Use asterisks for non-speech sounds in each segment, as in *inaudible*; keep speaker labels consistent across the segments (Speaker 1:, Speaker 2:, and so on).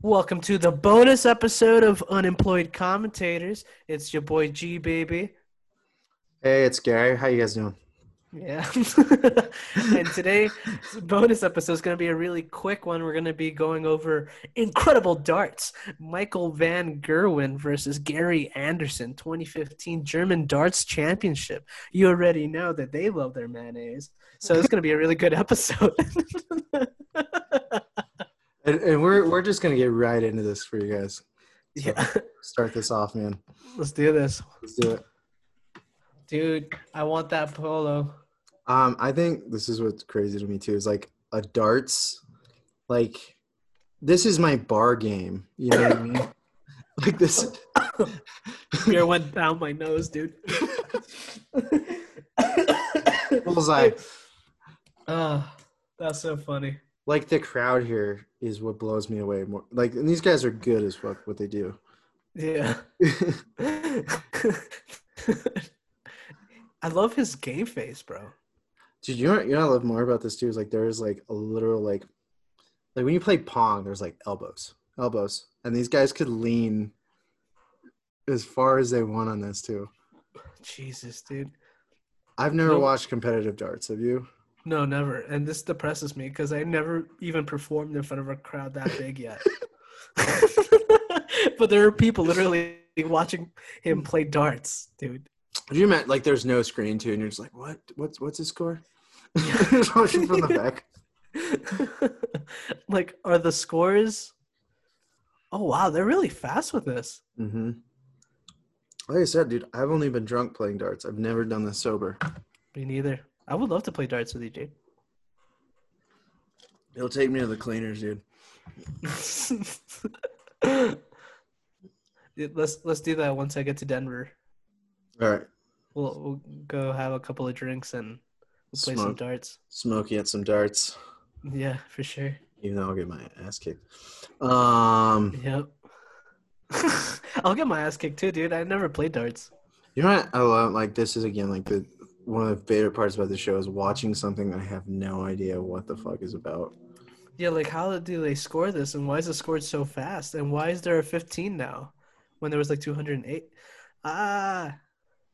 Speaker 1: Welcome to the bonus episode of Unemployed Commentators. It's your boy G Baby.
Speaker 2: Hey, it's Gary. How you guys doing?
Speaker 1: Yeah. *laughs* and today's bonus episode is going to be a really quick one. We're going to be going over incredible darts. Michael Van Gerwen versus Gary Anderson, 2015 German Darts Championship. You already know that they love their mayonnaise. So it's going to be a really good episode. *laughs*
Speaker 2: And, and we're we're just gonna get right into this for you guys.
Speaker 1: yeah.
Speaker 2: Start this off, man.
Speaker 1: Let's do this.
Speaker 2: Let's do it.
Speaker 1: Dude, I want that polo.
Speaker 2: Um, I think this is what's crazy to me too is like a darts, like this is my bar game. You know what I mean? *laughs* Like this.
Speaker 1: Beer went down my nose, *laughs* dude.
Speaker 2: Bullseye.
Speaker 1: Oh, that's so funny.
Speaker 2: Like the crowd here is what blows me away more. Like, and these guys are good as fuck what they do. *laughs*
Speaker 1: *laughs* Yeah. I love his game face, bro.
Speaker 2: Dude, you know, what- you know what I love more about this too is like there is like a literal like, like when you play pong, there's like elbows, elbows, and these guys could lean as far as they want on this too.
Speaker 1: Jesus, dude.
Speaker 2: I've never
Speaker 1: Nope.
Speaker 2: watched competitive darts. Have you?
Speaker 1: No, never. And this depresses me because I never even performed in front of a crowd that big *laughs* yet. but there are people literally watching him play darts, dude.
Speaker 2: Have you met like there's no screen too, and you're just like, what? What's what's his score? Just *laughs* watching from the *laughs* back.
Speaker 1: *laughs* like, are the scores? Oh wow, they're really fast with this.
Speaker 2: Mm-hmm. Like I said, dude, I've only been drunk playing darts. I've never done this sober.
Speaker 1: Me neither. I would love to play darts with E you, *laughs* dude.
Speaker 2: It'll take me to the cleaners, dude.
Speaker 1: Dude, let's let's do that once I get to Denver.
Speaker 2: All right,
Speaker 1: We'll, we'll go have a couple of drinks and play some
Speaker 2: smoke,
Speaker 1: darts.
Speaker 2: smoky at some darts.
Speaker 1: Yeah, for sure.
Speaker 2: Even though I'll get my ass kicked. Um,
Speaker 1: Yep. *laughs* I'll get my ass kicked too, dude. I never played darts.
Speaker 2: you know what I love? Like this is again like the one of the favorite parts about the show is watching something that I have no idea what the fuck is about. *laughs*
Speaker 1: Yeah, like how do they score this, and why is it scored so fast, and why is there a 15 now, when there was like 208? Ah,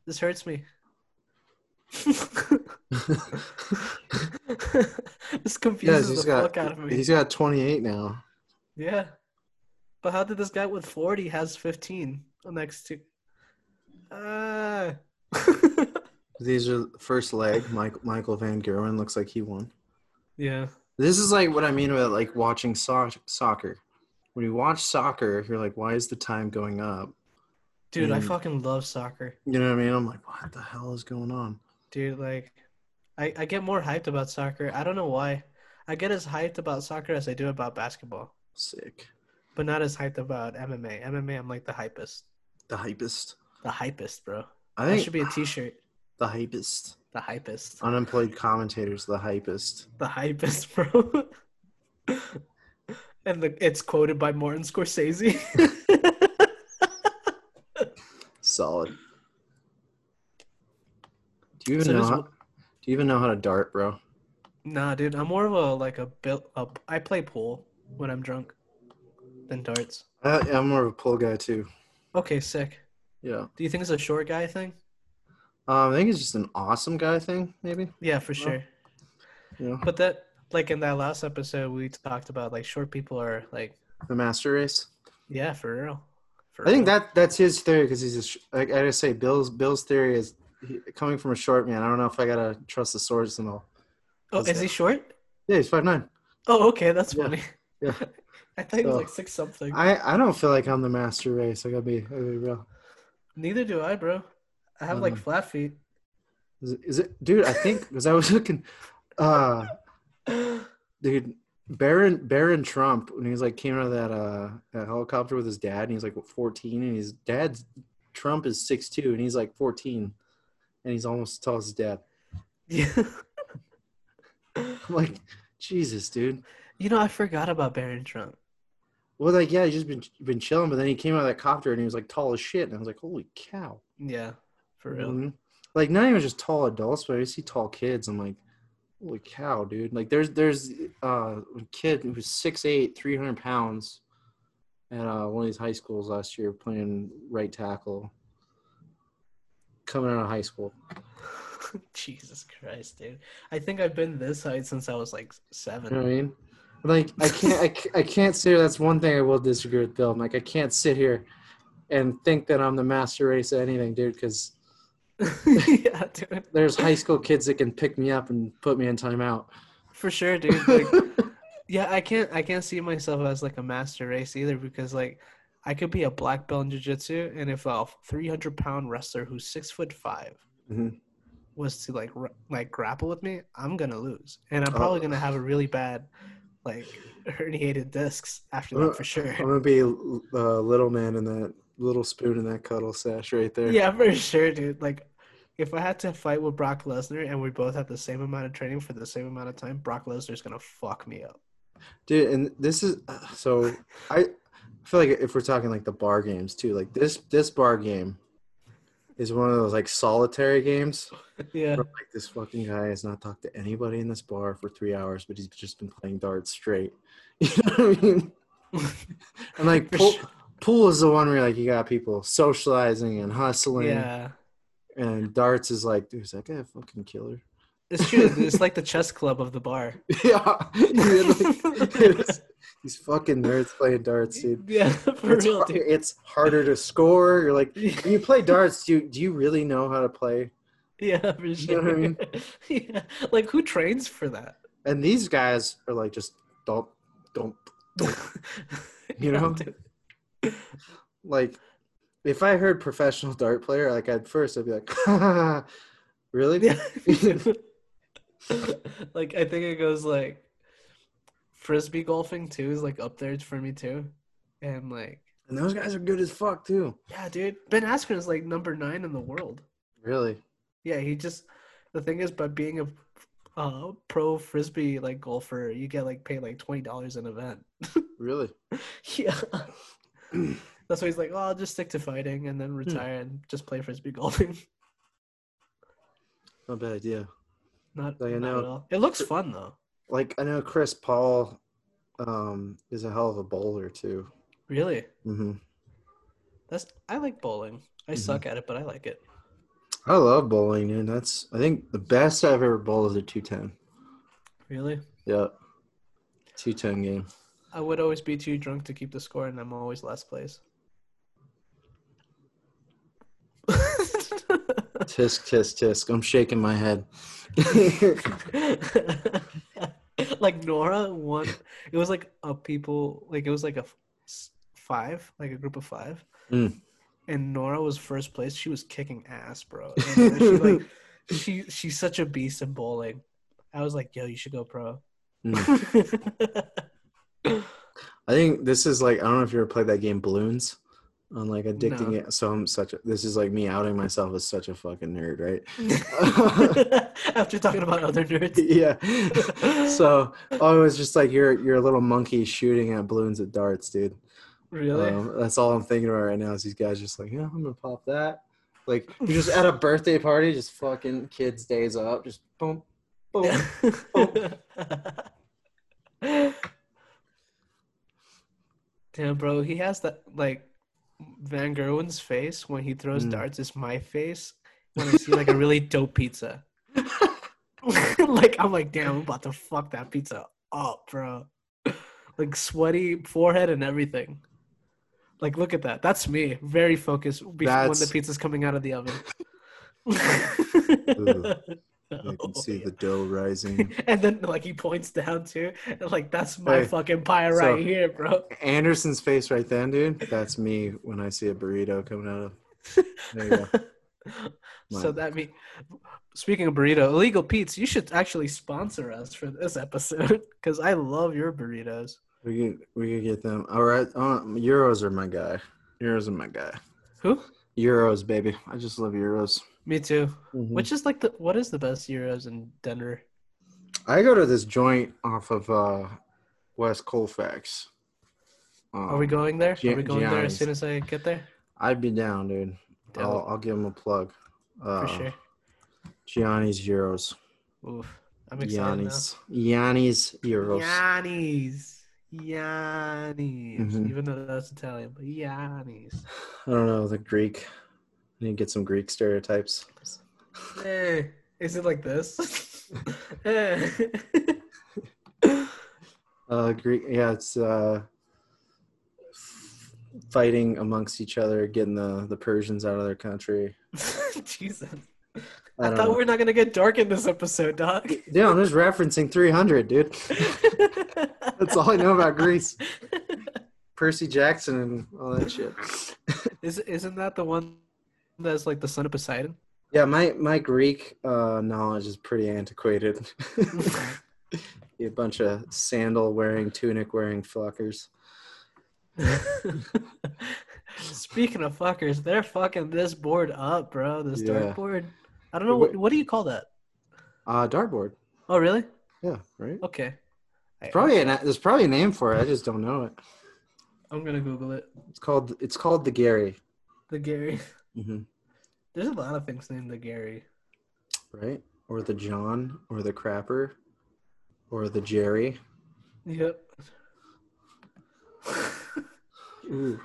Speaker 1: this hurts me. *laughs* this confuses
Speaker 2: he's
Speaker 1: the
Speaker 2: got-
Speaker 1: fuck out of me.
Speaker 2: He's got 28 now.
Speaker 1: Yeah, but how did this guy with 40 has 15 next to?
Speaker 2: *laughs*
Speaker 1: Ah.
Speaker 2: These are first leg. Mike, Michael Van Gerwen looks like he won.
Speaker 1: yeah.
Speaker 2: This is like what I mean about like watching so- soccer. When you watch soccer, you're like, why is the time going up?
Speaker 1: Dude, I
Speaker 2: Mm.
Speaker 1: fucking love soccer.
Speaker 2: You know what I mean? I'm like, what the hell is going on?
Speaker 1: Dude, like, I, I get more hyped about soccer. I don't know why. I get as hyped about soccer as I do about basketball,
Speaker 2: Sick.
Speaker 1: but not as hyped about MMA. MMA, I'm like the hypest.
Speaker 2: The hypest.
Speaker 1: The hypest, bro.
Speaker 2: I
Speaker 1: That
Speaker 2: think
Speaker 1: should be a t shirt.
Speaker 2: *sighs* the hypest.
Speaker 1: The hypest.
Speaker 2: Unemployed commentators, the hypest.
Speaker 1: The hypest, *laughs* bro. and the, it's quoted by Martin Scorsese. *laughs*
Speaker 2: Solid. Do you even
Speaker 1: So
Speaker 2: know?
Speaker 1: this
Speaker 2: How,
Speaker 1: w-
Speaker 2: do you even know how to dart, bro?
Speaker 1: nah, dude, I'm more of a, like, a built up. I play pool when I'm drunk than darts.
Speaker 2: Uh, yeah, I'm more of a pull guy too.
Speaker 1: Okay, sick.
Speaker 2: Yeah.
Speaker 1: Do you think it's a short guy thing?
Speaker 2: Um, I think it's just an awesome guy thing, maybe.
Speaker 1: Yeah, for sure.
Speaker 2: Yeah.
Speaker 1: But that, like in that last episode, we talked about like short people are like,
Speaker 2: The master race.
Speaker 1: yeah, for real. For
Speaker 2: I think
Speaker 1: real.
Speaker 2: that that's his theory because he's a sh- like I just say Bill's Bill's theory is he, coming from a short man. I don't know if I gotta trust the swords and all.
Speaker 1: Oh, is he short?
Speaker 2: Yeah, he's five nine.
Speaker 1: Oh, okay, that's
Speaker 2: Yeah.
Speaker 1: funny.
Speaker 2: Yeah.
Speaker 1: *laughs* I thought he was
Speaker 2: So-
Speaker 1: like six something.
Speaker 2: I I don't feel like I'm the master race. I gotta be, I gotta be real.
Speaker 1: Neither do I, bro. I have like
Speaker 2: Mhm.
Speaker 1: flat
Speaker 2: *laughs*
Speaker 1: feet.
Speaker 2: Is it, is it dude? I think because I was looking, uh, dude. Baron Baron Trump when he was like came out of that uh that helicopter with his dad and he's like what, 14 and his dad's Trump is 6'2 and he's like 14 and he's almost as tall as his dad. *laughs*
Speaker 1: Yeah.
Speaker 2: I'm like Jesus, dude.
Speaker 1: You know, I forgot about Baron Trump.
Speaker 2: Well, like yeah, he's just been been chilling, but then he came out of that copter and he was like tall as shit, and I was like, holy cow,
Speaker 1: Yeah, for real.
Speaker 2: Mhm. Like not even just tall adults, but I see tall kids. I'm like, holy cow, dude. Like there's there's uh, a kid who's 6'8", 300 pounds, at uh, one of these high schools last year playing right tackle. Coming out of high school.
Speaker 1: *laughs* Jesus Christ, dude. I think I've been this height since I was like
Speaker 2: You know
Speaker 1: seven.
Speaker 2: what I mean? Like I can't, I, ca- I can't sit here. That's one thing I will disagree with Bill. Like I can't sit here and think that I'm the master race at anything, dude. Because
Speaker 1: *laughs* yeah, dude.
Speaker 2: there's high school kids that can pick me up and put me in timeout.
Speaker 1: For sure, dude. Like, yeah, I can't I can't see myself as like a master race either because like I could be a black belt in jiu-jitsu and if a 300 pound wrestler who's six foot 5
Speaker 2: Mhm.
Speaker 1: was to like r- like grapple with me, I'm gonna lose and I'm probably
Speaker 2: Oh.
Speaker 1: gonna have a really bad like *laughs* herniated discs after that for sure. *laughs*
Speaker 2: I'm gonna be uh, little man in that little spoon in that cuddle sash right there.
Speaker 1: Yeah, for sure, dude. Like, if I had to fight with Brock Lesnar and we both had the same amount of training for the same amount of time, Brock Lesnar's gonna fuck me up.
Speaker 2: dude. And this is so I feel like if we're talking like the bar games too, like this this bar game is one of those like solitary games
Speaker 1: *laughs* Yeah,
Speaker 2: Bro, like this fucking guy has not talked to anybody in this bar for three hours, but he's just been playing darts straight. *laughs* You know what I mean? and like
Speaker 1: For
Speaker 2: pool,
Speaker 1: sure.
Speaker 2: pool is the one where like you got people socializing and
Speaker 1: *laughs*
Speaker 2: hustling,
Speaker 1: yeah.
Speaker 2: and darts is like, dude, is that guy a fucking killer?
Speaker 1: It's true. dude. It's like the chess club of the
Speaker 2: *laughs*
Speaker 1: bar.
Speaker 2: yeah, Dude, like, *laughs* dude, it's- these fucking nerds playing darts, dude.
Speaker 1: Yeah, *laughs* for
Speaker 2: It's,
Speaker 1: real,
Speaker 2: har-
Speaker 1: dude.
Speaker 2: it's harder to score.
Speaker 1: *laughs*
Speaker 2: You're like,
Speaker 1: Yeah,
Speaker 2: when you play darts, do you, do you really know how to play?
Speaker 1: Yeah, for
Speaker 2: know what I
Speaker 1: sure.
Speaker 2: mean?
Speaker 1: *laughs* yeah, like who trains for that? *laughs*
Speaker 2: And these guys are like, just don't, don't You
Speaker 1: Yeah,
Speaker 2: know?
Speaker 1: dude.
Speaker 2: like if I heard professional *laughs* dart player, like at first I'd be like, *laughs* really?
Speaker 1: *laughs* Yeah. *laughs* like I think it goes like frisbee golfing too is like up there for me too, and like
Speaker 2: And those guys are good as fuck too.
Speaker 1: yeah, dude, Ben Askren is like number nine in the world.
Speaker 2: Really?
Speaker 1: Yeah, he just the thing is by being a uh, pro frisbee like golfer, you get like paid like twenty dollars an event.
Speaker 2: Really?
Speaker 1: *laughs* Yeah. That's why he's like, oh, I'll just stick to fighting and then retire and just play frisbee golfing. *laughs*
Speaker 2: Not a bad idea.
Speaker 1: not,
Speaker 2: So you
Speaker 1: not
Speaker 2: know-
Speaker 1: at all. It looks fun though.
Speaker 2: Like I know Chris Paul um is a hell of a bowler too.
Speaker 1: Really,
Speaker 2: Mm-hmm.
Speaker 1: that's I like bowling. I
Speaker 2: Mhm.
Speaker 1: suck at it, but I like it.
Speaker 2: I love bowling, dude. That's I think the best I've ever bowled is a two ten.
Speaker 1: Really,
Speaker 2: Yeah. Two ten game.
Speaker 1: I would always be too drunk to keep the score, and I'm always last place. *laughs*
Speaker 2: Tisk tisk tisk. I'm shaking my head.
Speaker 1: *laughs* like Nora won. It was like a people like it was like a f- s- five, like a group of five.
Speaker 2: Mm.
Speaker 1: And Nora was first place. She was kicking ass, bro. And she like she she's such a beast in bowling. I was like, yo, you should go *laughs* pro.
Speaker 2: Hmm. I think this is like I don't know if you ever played that game Balloons. I'm like addicting
Speaker 1: No.
Speaker 2: it. So I'm such a this is like me outing myself as such a fucking nerd, right?
Speaker 1: *laughs* After talking about other nerds.
Speaker 2: *laughs* yeah. So oh, it was just like you're you're a little monkey shooting at balloons at darts, dude.
Speaker 1: Really?
Speaker 2: Um, that's all I'm thinking about right now is these guys just like, yeah, I'm gonna pop that. Like you're just at a birthday party, just fucking kids' days up, just boom, boom.
Speaker 1: *laughs* Damn, bro, he has that like Van Gerwen's face when he throws
Speaker 2: Mm.
Speaker 1: darts is my face when I see like a really dope pizza. *laughs* like I'm like, damn, I'm about to fuck that pizza up, bro. Like sweaty forehead and everything. Like, look at that. That's me. Very focused before when the
Speaker 2: That's-
Speaker 1: pizza's coming out of the
Speaker 2: *laughs*
Speaker 1: oven.
Speaker 2: *laughs* You can
Speaker 1: Oh, *laughs*
Speaker 2: see
Speaker 1: yeah
Speaker 2: the dough rising.
Speaker 1: *laughs* and then like he points down too, and like that's my
Speaker 2: Hey,
Speaker 1: fucking pie right
Speaker 2: so-
Speaker 1: here, bro.
Speaker 2: Anderson's face right then, dude. That's me when I see a burrito coming out of.
Speaker 1: *laughs*
Speaker 2: There you go.
Speaker 1: so
Speaker 2: Mine.
Speaker 1: that mean, speaking of burrito, illegal Pete's, you should actually sponsor us for this episode *laughs* because I love your burritos.
Speaker 2: We could we could get them. All right, uh, euros are my guy. Euros are my guy.
Speaker 1: Who?
Speaker 2: Euros, baby. I just love euros.
Speaker 1: Me too.
Speaker 2: Which
Speaker 1: Which is like the what is the best euros in Denver?
Speaker 2: I go to this joint off of uh, West Colfax. Um,
Speaker 1: Are we going there?
Speaker 2: Gi-
Speaker 1: Are we going there as
Speaker 2: Gianni's.
Speaker 1: soon as I get there?
Speaker 2: I'd be down, dude. I'll,
Speaker 1: Dope,
Speaker 2: I'll give him a plug.
Speaker 1: for
Speaker 2: Uh,
Speaker 1: sure.
Speaker 2: Gianni's euros.
Speaker 1: Oof, I'm excited
Speaker 2: Gianni's. Gianni's euros.
Speaker 1: now. Gianni's. Yannis,
Speaker 2: Mhm.
Speaker 1: even though that's Italian, but Yannis.
Speaker 2: I don't know the Greek. I need to get some Greek stereotypes.
Speaker 1: Hey, is it like
Speaker 2: *laughs*
Speaker 1: this? hey.
Speaker 2: Uh, Greek. Yeah, it's uh, fighting amongst each other, getting the the Persians out of their country.
Speaker 1: Jesus.
Speaker 2: I,
Speaker 1: I,
Speaker 2: don't
Speaker 1: thought
Speaker 2: know.
Speaker 1: we were not going to get dark in this episode, Doc.
Speaker 2: Dude, I'm just referencing 300, dude. That's all I know about Greece. Percy Jackson and all that shit.
Speaker 1: Is, isn't that the one that's like the son of
Speaker 2: *laughs*
Speaker 1: Poseidon? *laughs*
Speaker 2: Yeah, my my Greek uh, knowledge is pretty antiquated. Be a bunch of sandal wearing, tunic wearing fuckers.
Speaker 1: Speaking of fuckers, they're fucking this board up, bro. This
Speaker 2: Yeah.
Speaker 1: dartboard. I don't know.
Speaker 2: Wait,
Speaker 1: What, what do you call that?
Speaker 2: Uh, dartboard.
Speaker 1: Oh, really?
Speaker 2: Yeah, right.
Speaker 1: Okay. I-
Speaker 2: Probably an, there's probably a name for it. I just don't know it.
Speaker 1: I'm going to Google it.
Speaker 2: It's called it's called the Gary.
Speaker 1: The Gary. *laughs* Mm-hmm.
Speaker 2: hmm
Speaker 1: There's a lot of things named the Gary.
Speaker 2: Right? Or the John, or the Crapper, or the Jerry.
Speaker 1: *laughs* Yep.
Speaker 2: Ooh.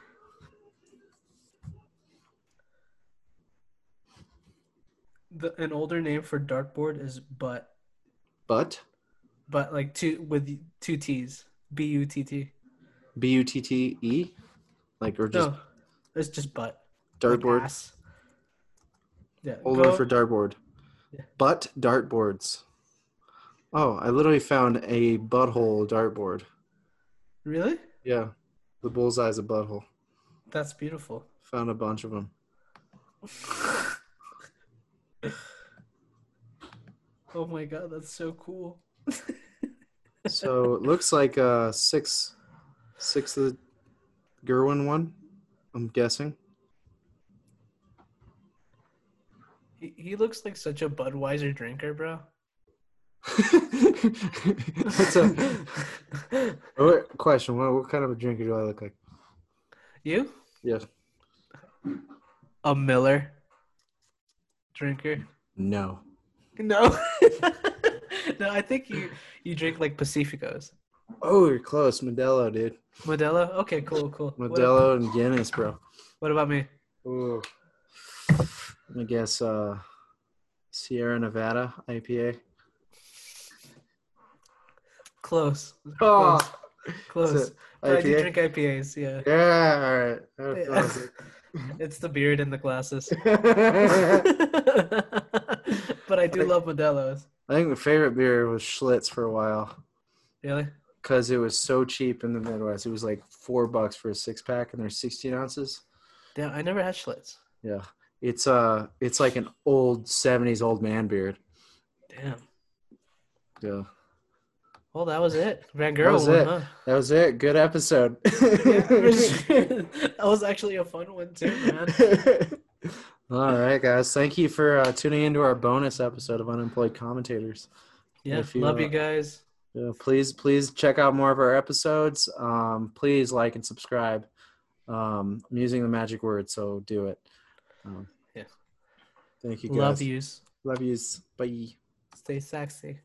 Speaker 1: the, an older name for dartboard is butt,
Speaker 2: But
Speaker 1: but like two with two T's. B U T T.
Speaker 2: B U T T E, like or just
Speaker 1: No, it's just butt. Oh, like
Speaker 2: dartboard.
Speaker 1: ass. Yeah.
Speaker 2: Old
Speaker 1: go-
Speaker 2: word for dartboard.
Speaker 1: Yeah.
Speaker 2: Butt dartboards. Oh, I literally found a butthole dartboard.
Speaker 1: really?
Speaker 2: Yeah, the bullseye's a butthole.
Speaker 1: That's beautiful.
Speaker 2: Found a bunch of them.
Speaker 1: oh my god, that's so cool.
Speaker 2: So it looks like uh six, six of the Gerwin one. I'm guessing. *laughs*
Speaker 1: He, he looks like such a Budweiser drinker, bro.
Speaker 2: That's a what, question. What, what kind of a drinker do I look like?
Speaker 1: *laughs* you?
Speaker 2: Yeah.
Speaker 1: A Miller drinker.
Speaker 2: No.
Speaker 1: No. *laughs* no, I think you you drink like Pacificos.
Speaker 2: Oh, you're close, Modelo, dude.
Speaker 1: Modelo? Okay, cool, cool. What-
Speaker 2: Modelo and Guinness, bro.
Speaker 1: what about me?
Speaker 2: Ooh. I guess uh, Sierra Nevada IPA.
Speaker 1: Close.
Speaker 2: Oh,
Speaker 1: Close. But I do
Speaker 2: IPA?
Speaker 1: drink IPAs, yeah.
Speaker 2: yeah. All right. All
Speaker 1: Yeah.
Speaker 2: right, *laughs* that
Speaker 1: *laughs* it's the beard and the
Speaker 2: *laughs*
Speaker 1: glasses. *laughs*
Speaker 2: was it.
Speaker 1: but I do
Speaker 2: Like-
Speaker 1: love Modelo's.
Speaker 2: *laughs* I think my favorite beer was Schlitz for a while
Speaker 1: Really?
Speaker 2: because it was so cheap in the Midwest. It was like four bucks for a six pack, and they're sixteen ounces.
Speaker 1: Yeah, I never had Schlitz.
Speaker 2: Yeah, it's uh, it's like an old seventies old man beer.
Speaker 1: Damn.
Speaker 2: Yeah,
Speaker 1: Well, that was it. Van Gogh
Speaker 2: That was
Speaker 1: one,
Speaker 2: it. *laughs*
Speaker 1: huh?
Speaker 2: that was it. Good episode.
Speaker 1: *laughs*
Speaker 2: *laughs*
Speaker 1: that was actually a fun one too, man.
Speaker 2: All right, guys. Thank you for uh, tuning into our bonus episode of Unemployed Commentators.
Speaker 1: Yeah,
Speaker 2: If you,
Speaker 1: love
Speaker 2: uh,
Speaker 1: you guys.
Speaker 2: Yeah, please, please check out more of our episodes. Um, please like and subscribe. Um, I'm using the magic word, so do it. Um,
Speaker 1: Yeah.
Speaker 2: Thank you guys.
Speaker 1: Love yous.
Speaker 2: Love yous. Bye.
Speaker 1: Stay sexy.